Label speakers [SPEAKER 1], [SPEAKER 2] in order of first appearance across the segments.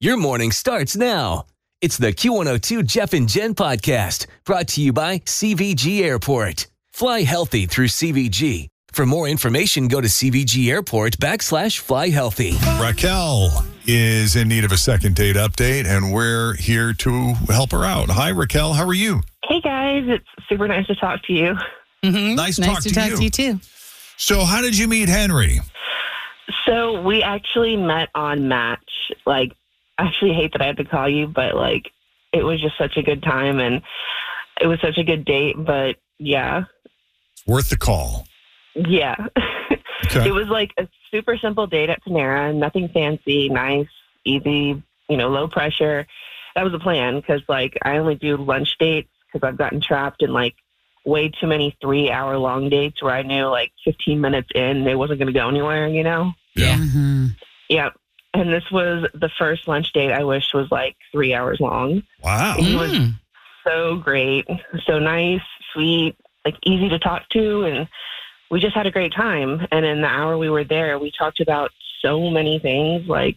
[SPEAKER 1] Your morning starts now. It's the Q102 Jeff and Jen podcast brought to you by CVG Airport. Fly healthy through CVG. For more information, go to CVG Airport backslash fly healthy.
[SPEAKER 2] Raquel is in need of a second date update, and we're here to help her out. Hi, Raquel. How are you?
[SPEAKER 3] Hey guys, it's super nice to talk to you.
[SPEAKER 4] Mm-hmm.
[SPEAKER 2] Nice
[SPEAKER 4] nice
[SPEAKER 2] talk
[SPEAKER 4] to,
[SPEAKER 2] to
[SPEAKER 4] talk
[SPEAKER 2] you.
[SPEAKER 4] to you too.
[SPEAKER 2] So, how did you meet Henry?
[SPEAKER 3] So we actually met on Match. Like, I actually hate that I had to call you, but like, it was just such a good time and it was such a good date. But yeah,
[SPEAKER 2] It's worth the call.
[SPEAKER 3] yeah,
[SPEAKER 2] Okay.
[SPEAKER 3] it was like a super simple date at Panera. Nothing fancy, nice, easy. You know, low pressure. That was the plan because like I only do lunch dates because I've gotten trapped in like way too many three hour long dates where I knew like 15 minutes in it wasn't going to go anywhere. You know.
[SPEAKER 2] Yeah.
[SPEAKER 4] Mhm.
[SPEAKER 3] Yep. And this was the first lunch date I wish was like three hours long.
[SPEAKER 2] Wow.
[SPEAKER 3] It was
[SPEAKER 4] Mm.
[SPEAKER 3] so great, so nice, sweet, like easy to talk to. And we just had a great time. And in the hour we were there, we talked about so many things. Like,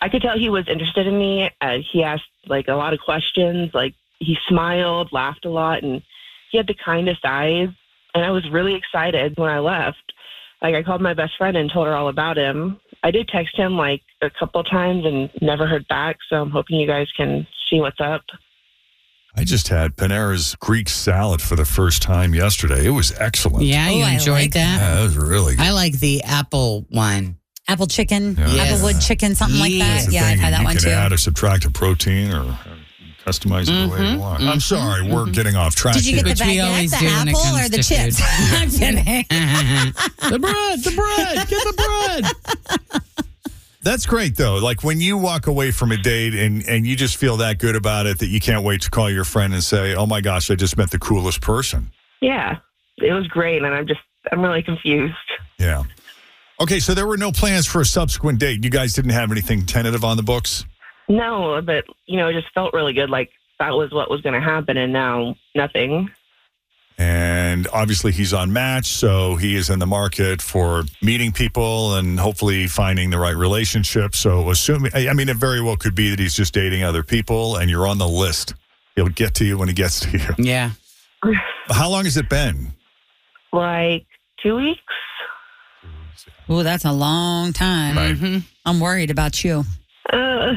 [SPEAKER 3] I could tell he was interested in me. Uh, he asked like a lot of questions. Like, he smiled, laughed a lot, and he had the kindest eyes. And I was really excited when I left. Like, I called my best friend and told her all about him. I did text him like a couple times and never heard back. So I'm hoping you guys can see what's up.
[SPEAKER 2] I just had Panera's Greek salad for the first time yesterday. It was excellent.
[SPEAKER 4] Yeah,
[SPEAKER 5] Oh,
[SPEAKER 4] you
[SPEAKER 5] I
[SPEAKER 4] enjoyed
[SPEAKER 5] like
[SPEAKER 4] that.
[SPEAKER 2] Yeah, it was really good.
[SPEAKER 4] I like the apple one.
[SPEAKER 5] apple chicken,
[SPEAKER 2] Yeah.
[SPEAKER 4] Yes.
[SPEAKER 5] applewood chicken, something like
[SPEAKER 4] Yes.
[SPEAKER 5] that.
[SPEAKER 2] It's a
[SPEAKER 5] Yeah, I've
[SPEAKER 2] thing
[SPEAKER 5] had that
[SPEAKER 2] you
[SPEAKER 5] one
[SPEAKER 2] can
[SPEAKER 5] too.
[SPEAKER 2] add or subtract a protein or uh, customize it the way you
[SPEAKER 4] Mhm,
[SPEAKER 2] want. I'm sorry, we're getting off track.
[SPEAKER 5] Did you get
[SPEAKER 2] here.
[SPEAKER 5] the
[SPEAKER 4] Which we
[SPEAKER 5] baguette,
[SPEAKER 4] always
[SPEAKER 5] the
[SPEAKER 4] do when it
[SPEAKER 5] apple, or
[SPEAKER 4] comes
[SPEAKER 5] the
[SPEAKER 4] to
[SPEAKER 5] chips?
[SPEAKER 4] food.
[SPEAKER 5] I'm kidding.
[SPEAKER 4] the bread, the bread, get the bread.
[SPEAKER 2] That's great though. Like when you walk away from a date and and you just feel that good about it that you can't wait to call your friend and say, "Oh my gosh, I just met the coolest person."
[SPEAKER 3] Yeah, it was great, and I'm just I'm really confused.
[SPEAKER 2] Yeah. Okay, so there were no plans for a subsequent date. You guys didn't have anything tentative on the books.
[SPEAKER 3] No, but you know, it just felt really good. Like that was what was going to happen, and now nothing.
[SPEAKER 2] And obviously he's on match, so he is in the market for meeting people and hopefully finding the right relationship. So assuming I I mean it very well could be that he's just dating other people and you're on the list. He'll get to you when he gets to you.
[SPEAKER 4] Yeah.
[SPEAKER 2] How long has it been?
[SPEAKER 3] Like two weeks.
[SPEAKER 5] Ooh, that's a long time.
[SPEAKER 2] Right.
[SPEAKER 5] I'm worried about you.
[SPEAKER 3] Uh,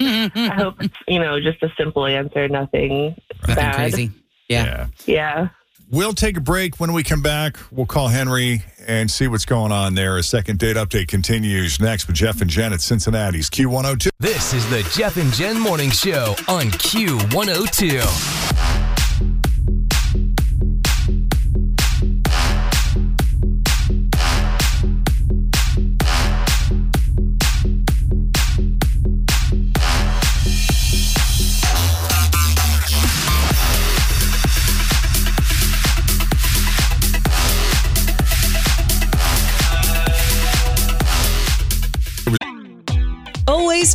[SPEAKER 3] I hope it's you know just a simple answer. Nothing
[SPEAKER 4] Nothing
[SPEAKER 3] bad.
[SPEAKER 4] crazy. Yeah.
[SPEAKER 3] Yeah.
[SPEAKER 2] We'll take a break. When we come back, we'll call Henry and see what's going on there. A second date update continues next with Jeff and Jen at Cincinnati's Q102.
[SPEAKER 1] This is the Jeff and Jen Morning Show on Q102.
[SPEAKER 6] Always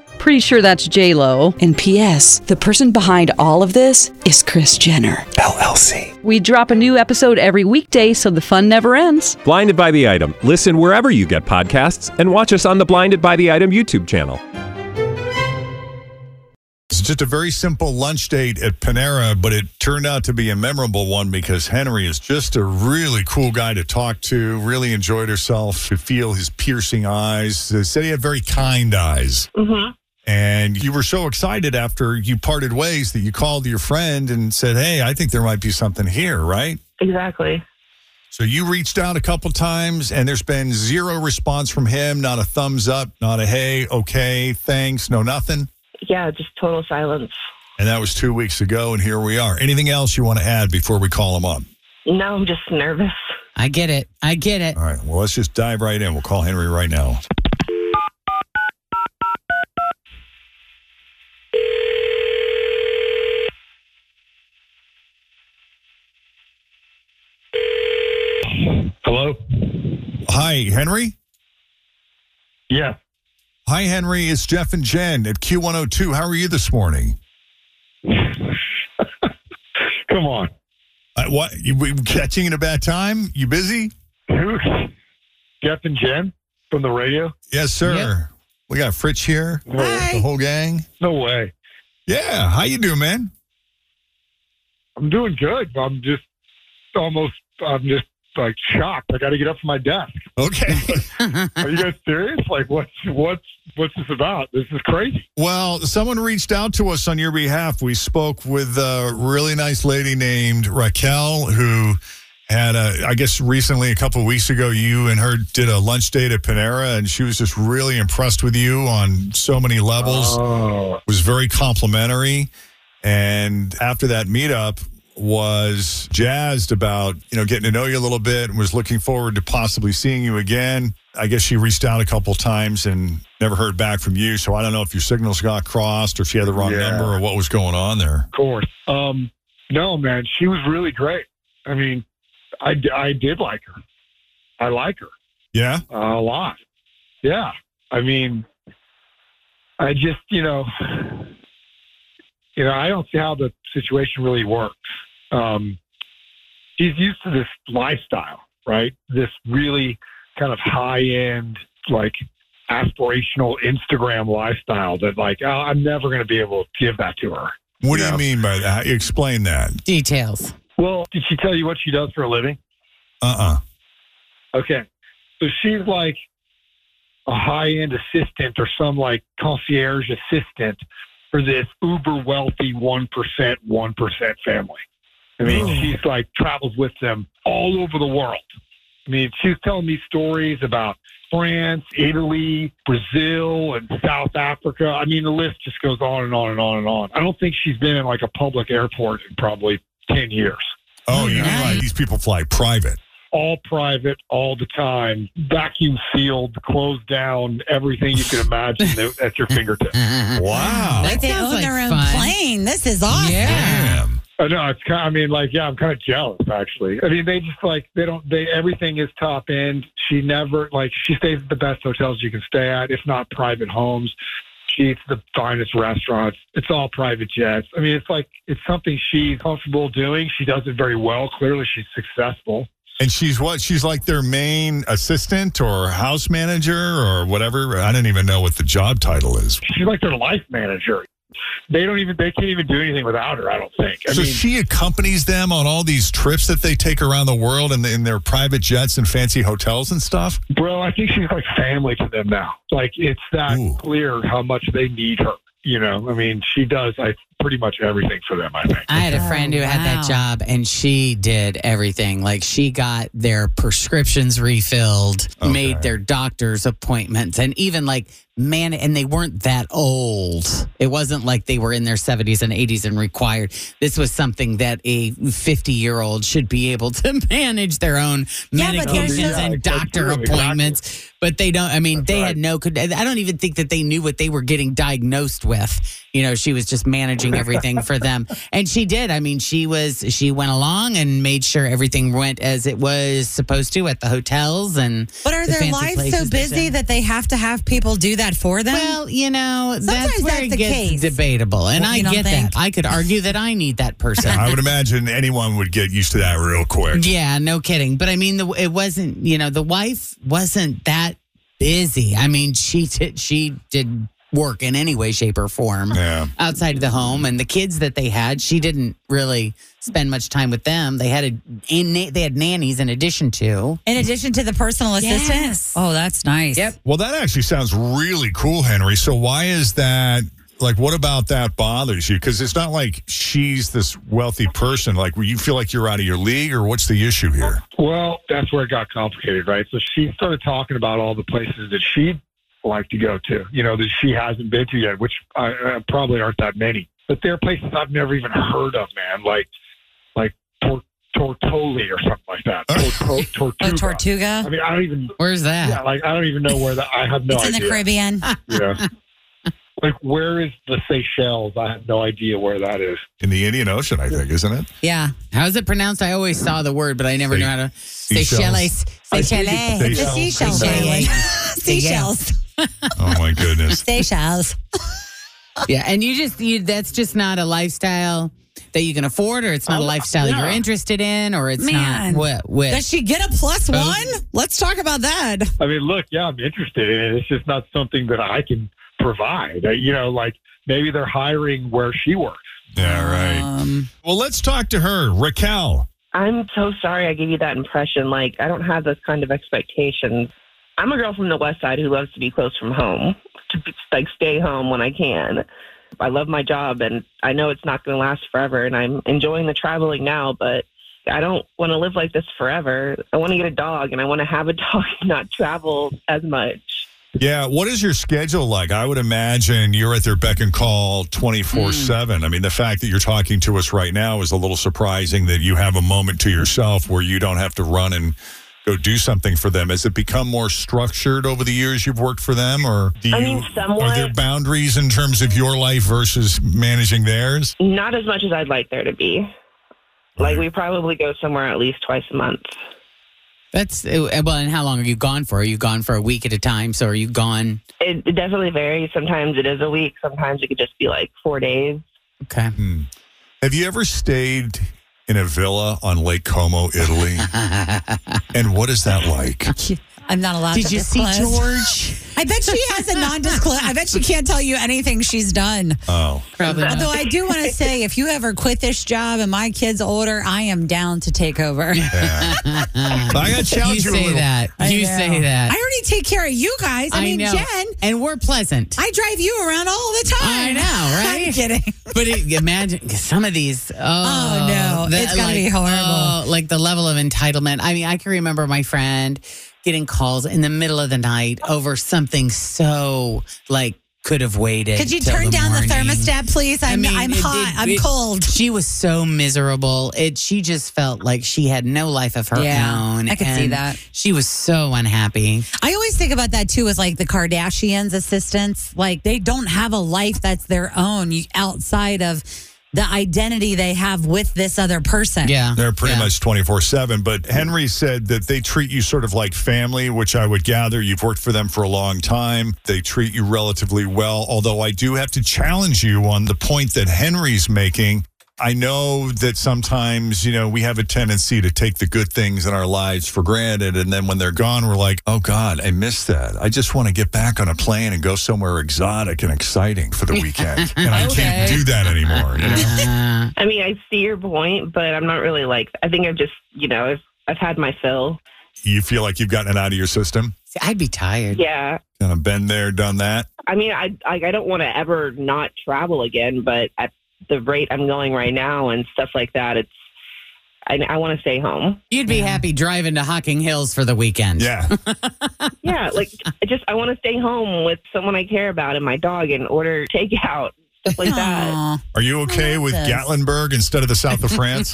[SPEAKER 7] Pretty sure that's J Lo.
[SPEAKER 6] And P.S. The person behind all of this is Chris Jenner.
[SPEAKER 8] LLC.
[SPEAKER 7] We drop a new episode every weekday, so the fun never ends.
[SPEAKER 8] Blinded by the item. Listen wherever you get podcasts, and watch us on the Blinded by the Item YouTube channel.
[SPEAKER 2] It's just a very simple lunch date at Panera, but it turned out to be a memorable one because Henry is just a really cool guy to talk to, really enjoyed herself, to feel his piercing eyes. They said he had very kind eyes.
[SPEAKER 3] hmm
[SPEAKER 2] And you were so excited after you parted ways that you called your friend and said, Hey, I think there might be something here, right?
[SPEAKER 3] Exactly.
[SPEAKER 2] So you reached out a couple times and there's been zero response from him, not a thumbs up, not a hey, okay, thanks, no nothing.
[SPEAKER 3] Yeah, just total silence.
[SPEAKER 2] And that was two weeks ago, and here we are. Anything else you want to add before we call him up?
[SPEAKER 3] Now I'm just nervous.
[SPEAKER 5] I get it. I get it.
[SPEAKER 2] All right, well, let's just dive right in. We'll call Henry right now.
[SPEAKER 9] Hello?
[SPEAKER 2] Hi, Henry.
[SPEAKER 9] Yeah.
[SPEAKER 2] Hi, Henry. It's Jeff and Jen at Q102. How are you this morning?
[SPEAKER 9] Come on.
[SPEAKER 2] Uh, what? You we catching at a bad time? You busy?
[SPEAKER 9] Who? Jeff and Jen from the radio?
[SPEAKER 2] Yes, sir. We got Fritch here.
[SPEAKER 9] No,
[SPEAKER 2] The whole gang.
[SPEAKER 9] no way.
[SPEAKER 2] Yeah. How you doing, man?
[SPEAKER 9] I'm doing good. but I'm just almost, I'm just like shocked. I got to get up from my desk.
[SPEAKER 2] Okay.
[SPEAKER 9] Are you guys serious? Like, what's, what's, what's this about? This is crazy.
[SPEAKER 2] well, someone reached out to us on your behalf. We spoke with a really nice lady named Raquel who had a I guess recently a couple of weeks ago you and her did a lunch date at Panera and she was just really impressed with you on so many levels.
[SPEAKER 9] Oh,
[SPEAKER 2] was very complimentary and after that meetup was jazzed about you know getting to know you a little bit and was looking forward to possibly seeing you again i guess she reached out a couple times and never heard back from you so i don't know if your signals got crossed or if she had the wrong
[SPEAKER 9] Yeah.
[SPEAKER 2] number or what was going on there
[SPEAKER 9] of course. Um, no, man, she was really great. I mean, I, I did like her. I like her.
[SPEAKER 2] yeah
[SPEAKER 9] a lot. Yeah. I mean, I just, you know, you know, I don't see how the situation really works. Um, he's used to this lifestyle, right? This really kind of high end, like aspirational Instagram lifestyle that like, oh, I'm never going to be able to give that to her.
[SPEAKER 2] what do
[SPEAKER 9] Yeah.
[SPEAKER 2] you mean by that explain that
[SPEAKER 5] Details.
[SPEAKER 9] Well, did she tell you what she does for a living?
[SPEAKER 2] uh-uh
[SPEAKER 9] Okay. So she's like a high end assistant or some like concierge assistant for this uber wealthy 1%, 1% family. I mean,
[SPEAKER 2] Oh.
[SPEAKER 9] she's like travels with them all over the world. I mean, she's telling me stories about France, Italy, Brazil, and South Africa. I mean, the list just goes on and on and on and on. I don't think she's been in like a public airport in probably 10 years
[SPEAKER 2] oh you mean like these people fly private
[SPEAKER 9] all private all the time, vacuum sealed, closed down, everything you can imagine at- at your fingertips.
[SPEAKER 2] wow
[SPEAKER 5] That
[SPEAKER 4] They
[SPEAKER 5] sounds
[SPEAKER 4] own
[SPEAKER 5] like
[SPEAKER 4] their own
[SPEAKER 5] fun.
[SPEAKER 4] plane. This is awesome.
[SPEAKER 5] Yeah.
[SPEAKER 2] Damn.
[SPEAKER 9] I know it's kind. Of, I mean, like, yeah, I'm kind of jealous actually. I mean, they just like they don't. They everything is top end. She never like she stays at the best hotels you can stay at, if not private homes. She eats the finest restaurants. It's all private jets. I mean, it's like it's something she's comfortable doing. She does it very well. Clearly, she's successful.
[SPEAKER 2] and she's what she's like their main assistant or house manager or whatever i don't even know what the job title is
[SPEAKER 9] She's like their life manager. They don't even they can't even do anything without her. I don't think. I
[SPEAKER 2] so
[SPEAKER 9] mean,
[SPEAKER 2] she accompanies them on all these trips that they take around the world and in their private jets and fancy hotels and stuff.
[SPEAKER 9] bro, I think she's like family to them now. Like it's that
[SPEAKER 2] Ooh.
[SPEAKER 9] clear how much they need her. You know, I mean, she does like pretty much everything for them. I think.
[SPEAKER 10] I had
[SPEAKER 4] Oh,
[SPEAKER 10] a friend who had that
[SPEAKER 5] wow.
[SPEAKER 10] job and she did everything. Like she got their prescriptions refilled,
[SPEAKER 2] Okay.
[SPEAKER 10] made their doctor's appointments, and even like man and they weren't that old. It wasn't like they were in their 70s and 80s and required. This was something that a 50-year-old should be able to manage their own
[SPEAKER 4] Yeah, but there's
[SPEAKER 10] medications
[SPEAKER 4] no-
[SPEAKER 9] Yeah,
[SPEAKER 10] and
[SPEAKER 9] that's
[SPEAKER 10] doctor
[SPEAKER 9] true, exactly.
[SPEAKER 10] appointments. But they don't. I mean,
[SPEAKER 9] That's
[SPEAKER 10] they
[SPEAKER 9] right.
[SPEAKER 10] had no. con- I don't even think that they knew what they were getting diagnosed with. You know, she was just managing everything for them, and she did. I mean, she was. She went along and made sure everything went as it was supposed to at the hotels and.
[SPEAKER 4] But are
[SPEAKER 10] The
[SPEAKER 4] their
[SPEAKER 10] fancy
[SPEAKER 4] lives so
[SPEAKER 10] places they
[SPEAKER 4] busy
[SPEAKER 10] send.
[SPEAKER 4] that they have to have people do that for them?
[SPEAKER 10] Well, you know,
[SPEAKER 4] Sometimes
[SPEAKER 10] that's where
[SPEAKER 4] that's
[SPEAKER 10] it
[SPEAKER 4] the
[SPEAKER 10] gets
[SPEAKER 4] case.
[SPEAKER 10] debatable, and
[SPEAKER 4] Well,
[SPEAKER 10] I
[SPEAKER 4] you don't
[SPEAKER 10] get
[SPEAKER 4] think?
[SPEAKER 10] that. I could argue that I need that person.
[SPEAKER 2] I would imagine anyone would get used to that real quick.
[SPEAKER 10] Yeah, no kidding. But I mean, the, it wasn't. You know, the wife wasn't that busy. I mean, she did. She did work in any way, shape, or form
[SPEAKER 2] yeah.
[SPEAKER 10] outside of the home. And the kids that they had, she didn't really spend much time with them. They had a and na- they had nannies in addition to.
[SPEAKER 5] In addition to the personal assistant. Oh, that's nice. Yep.
[SPEAKER 2] Well, that actually sounds really cool, Henry. So why is that? Like, what about that bothers you? Because it's not like she's this wealthy person. Like, where you feel like you're out of your league, or what's the issue here?
[SPEAKER 9] Well, that's where it got complicated, right? So she started talking about all the places that she'd like to go to, you know, that she hasn't been to yet, which uh, uh, probably aren't that many. But there are places I've never even heard of, man, like like Tor- Tortoli or something like that. Tor- Tor- Tortuga.
[SPEAKER 5] Tortuga?
[SPEAKER 9] I mean, I don't even.
[SPEAKER 10] Where's that?
[SPEAKER 9] Yeah, like I don't even know where that. I have no
[SPEAKER 5] it's in
[SPEAKER 9] idea.
[SPEAKER 5] the Caribbean.
[SPEAKER 9] Yeah. like where is the Seychelles? I have no idea where that is.
[SPEAKER 2] In the Indian Ocean, I think, isn't it?
[SPEAKER 10] Yeah. How is it pronounced? I always saw the word, but I never knew how to.
[SPEAKER 2] Seychelles.
[SPEAKER 10] Seychelles.
[SPEAKER 2] Seychelles.
[SPEAKER 5] Seychelles. The seashell
[SPEAKER 10] Seychelles.
[SPEAKER 5] thing. Seashells.
[SPEAKER 2] Oh my goodness.
[SPEAKER 5] Seychelles.
[SPEAKER 10] Yeah, and you just you, that's just not a lifestyle that you can afford, or it's not a lifestyle
[SPEAKER 5] yeah.
[SPEAKER 10] you're interested in, or it's
[SPEAKER 5] Oh, Man.
[SPEAKER 10] not what what.
[SPEAKER 5] Does she get a plus
[SPEAKER 9] Um,
[SPEAKER 10] Oh.
[SPEAKER 5] one? Let's talk about that.
[SPEAKER 9] I mean, look, yeah, I'm interested in it. It's just not something that I can provide. Uh, You know, like maybe they're hiring where she works.
[SPEAKER 2] Yeah, right.
[SPEAKER 10] um,
[SPEAKER 2] well, let's talk to her, Raquel.
[SPEAKER 3] I'm so sorry I gave you that impression. Like, I don't have those kind of expectations. I'm a girl from the West Side who loves to be close from home, to be, like stay home when I can. I love my job, and I know it's not going to last forever. And I'm enjoying the traveling now, but I don't want to live like this forever. I want to get a dog, and I want to have a dog and not travel as much.
[SPEAKER 2] Yeah, what is your schedule like? I would imagine you're at their beck and call 24 7. I mean, the fact that you're talking to us right now is a little surprising that you have a moment to yourself where you don't have to run and go do something for them. Has it become more structured over the years you've worked for them? Or do you,
[SPEAKER 3] I mean,
[SPEAKER 2] are
[SPEAKER 3] somewhat.
[SPEAKER 2] there boundaries in terms of your life versus managing theirs?
[SPEAKER 3] Not as much as I'd like there to be. Like, we probably go somewhere at least twice a month.
[SPEAKER 10] That's uh, well. And how long are you gone for? Are you gone for a week at a time? So are you gone?
[SPEAKER 3] It, it definitely varies. Sometimes it is a week. Sometimes it could just be like four days.
[SPEAKER 10] Okay.
[SPEAKER 2] Hmm. Have you ever stayed in a villa on Lake Como, Italy? and what is that like?
[SPEAKER 5] I'm not allowed
[SPEAKER 10] Did
[SPEAKER 5] to
[SPEAKER 10] you see
[SPEAKER 5] disclose.
[SPEAKER 10] George?
[SPEAKER 5] I bet she has a non-disclosure. I bet she can't tell you anything she's done.
[SPEAKER 2] Oh.
[SPEAKER 10] Probably. not.
[SPEAKER 5] Although I do want to say, if you ever quit this job and my kid's older, I am down to take over.
[SPEAKER 2] Yeah. I got to
[SPEAKER 10] You
[SPEAKER 2] challenge you, a
[SPEAKER 10] say
[SPEAKER 2] little.
[SPEAKER 10] that.
[SPEAKER 5] I
[SPEAKER 10] You
[SPEAKER 5] know.
[SPEAKER 10] say
[SPEAKER 5] I
[SPEAKER 10] that.
[SPEAKER 5] already take care of you guys. I, mean,
[SPEAKER 10] know.
[SPEAKER 5] Jen,
[SPEAKER 10] and we're pleasant.
[SPEAKER 5] I drive you around all the time.
[SPEAKER 10] I know, right?
[SPEAKER 5] I'm kidding.
[SPEAKER 10] But it, imagine some of these. Oh,
[SPEAKER 5] no. It's gotta be horrible.
[SPEAKER 10] oh, like the level of entitlement. I mean, I can remember my friend getting calls in the middle of the night over something so like could have waited.
[SPEAKER 5] Could you
[SPEAKER 10] till
[SPEAKER 5] turn down the
[SPEAKER 10] morning.
[SPEAKER 5] thermostat, please? I'm, I
[SPEAKER 10] mean,
[SPEAKER 5] am
[SPEAKER 10] it-
[SPEAKER 5] hot.
[SPEAKER 10] it-
[SPEAKER 5] I'm
[SPEAKER 10] it-
[SPEAKER 5] cold.
[SPEAKER 10] She was so miserable. It. She just felt like she had no life of her
[SPEAKER 5] Yeah,
[SPEAKER 10] own.
[SPEAKER 5] I could see
[SPEAKER 10] and
[SPEAKER 5] that.
[SPEAKER 10] She was so unhappy.
[SPEAKER 5] I always think about that too, with like the Kardashians' assistants. Like they don't have a life that's their own you- outside of the identity they have with this other person.
[SPEAKER 10] Yeah,
[SPEAKER 2] They're pretty
[SPEAKER 10] Uh-huh. Yeah.
[SPEAKER 2] much 24 7. But Henry said that they treat you sort of like family, which I would gather. You've worked for them for a long time. They treat you relatively well. Although I do have to challenge you on the point that Henry's making. I know that sometimes, you know, we have a tendency to take the good things in our lives for granted. And then when they're gone, we're like, oh God, I miss that. I just want to get back on a plane and go somewhere exotic and exciting for the weekend. and I can't do that anymore. You know?
[SPEAKER 10] Uh,
[SPEAKER 3] I mean, I see your point, but I'm not really like. I think I've just, you know, I've I've had my fill.
[SPEAKER 2] you feel like you've gotten it out of your system?
[SPEAKER 10] see, I'd be tired.
[SPEAKER 3] Yeah,
[SPEAKER 2] Kind of been there, done that.
[SPEAKER 3] I mean, I like I don't want to ever not travel again, but at the rate I'm going right now and stuff like that, it's. I, I want to stay home.
[SPEAKER 10] You'd be happy driving to Hocking Hills for the weekend.
[SPEAKER 2] Yeah.
[SPEAKER 3] Yeah, like I just I want to stay home with someone I care about and my dog and order takeout stuff like that.
[SPEAKER 5] Aw.
[SPEAKER 2] Are you okay with
[SPEAKER 5] Yes.
[SPEAKER 2] Gatlinburg instead of the south of France?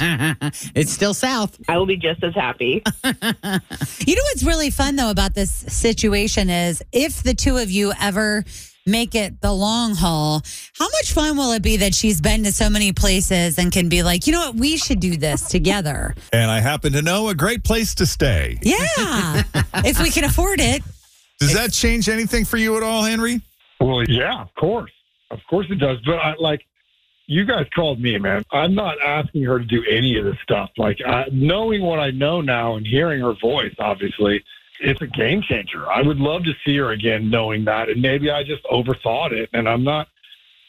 [SPEAKER 10] it's still south.
[SPEAKER 3] I will be just as happy.
[SPEAKER 5] You know what's really fun though about this situation is if the two of you ever make it the long haul, how much fun will it be that she's been to so many places and can be like, you know what, we should do this together.
[SPEAKER 2] and I happen to know a great place to stay.
[SPEAKER 5] Yeah. if we can afford it.
[SPEAKER 2] Does that change anything for you at all, Henry?
[SPEAKER 9] Well, yeah, of course, of course it does. But I, like, you guys called me, man. I'm not asking her to do any of this stuff. Like, I, knowing what I know now and hearing her voice, obviously, it's a game changer. I would love to see her again, knowing that, and maybe I just overthought it, and I'm not.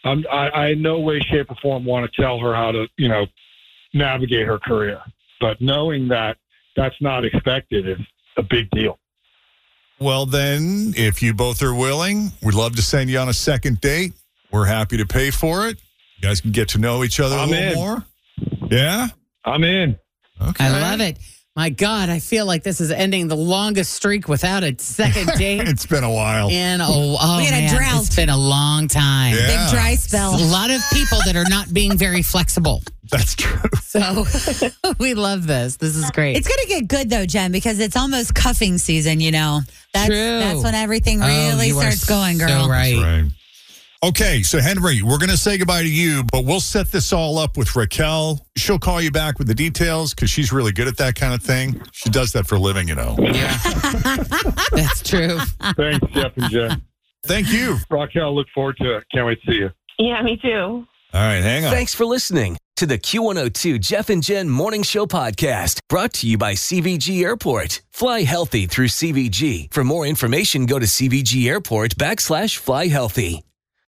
[SPEAKER 9] I'm, I, I in no way, shape, or form want to tell her how to, you know, navigate her career. But knowing that that's not expected is a big deal.
[SPEAKER 2] Well, then, if you both are willing, we'd love to send you on a second date. We're happy to pay for it. You guys can get to know each other
[SPEAKER 9] I'm
[SPEAKER 2] a little
[SPEAKER 9] in.
[SPEAKER 2] more. Yeah,
[SPEAKER 9] I'm in.
[SPEAKER 2] Okay,
[SPEAKER 10] I love it. My God, I feel like this is ending the longest streak without a second date.
[SPEAKER 2] it's been a while.
[SPEAKER 10] In a, oh,
[SPEAKER 5] We had a
[SPEAKER 10] man,
[SPEAKER 5] drought.
[SPEAKER 10] It's been a long time.
[SPEAKER 2] Yeah.
[SPEAKER 5] Big dry spell.
[SPEAKER 10] A lot of people that are not being very flexible.
[SPEAKER 2] That's true.
[SPEAKER 10] So we love this. This is great.
[SPEAKER 5] It's going to get good though, Jen, because it's almost cuffing season, you know. That's
[SPEAKER 10] True.
[SPEAKER 5] that's when everything
[SPEAKER 10] Oh,
[SPEAKER 5] really
[SPEAKER 10] you are
[SPEAKER 5] starts going,
[SPEAKER 10] so
[SPEAKER 5] girl.
[SPEAKER 10] right.
[SPEAKER 2] Right. Okay, so Henry, we're going to say goodbye to you, but we'll set this all up with Raquel. She'll call you back with the details because she's really good at that kind of thing. She does that for a living, you know.
[SPEAKER 10] That's true.
[SPEAKER 9] Thanks, Jeff and Jen.
[SPEAKER 2] Thank you.
[SPEAKER 9] Raquel, look forward to it. Can't wait to see you.
[SPEAKER 3] Yeah, me too.
[SPEAKER 2] All right, hang on.
[SPEAKER 1] Thanks for listening to the Q102 Jeff and Jen Morning Show podcast brought to you by CVG Airport. Fly healthy through CVG. For more information, go to CVG Airport backslash fly healthy.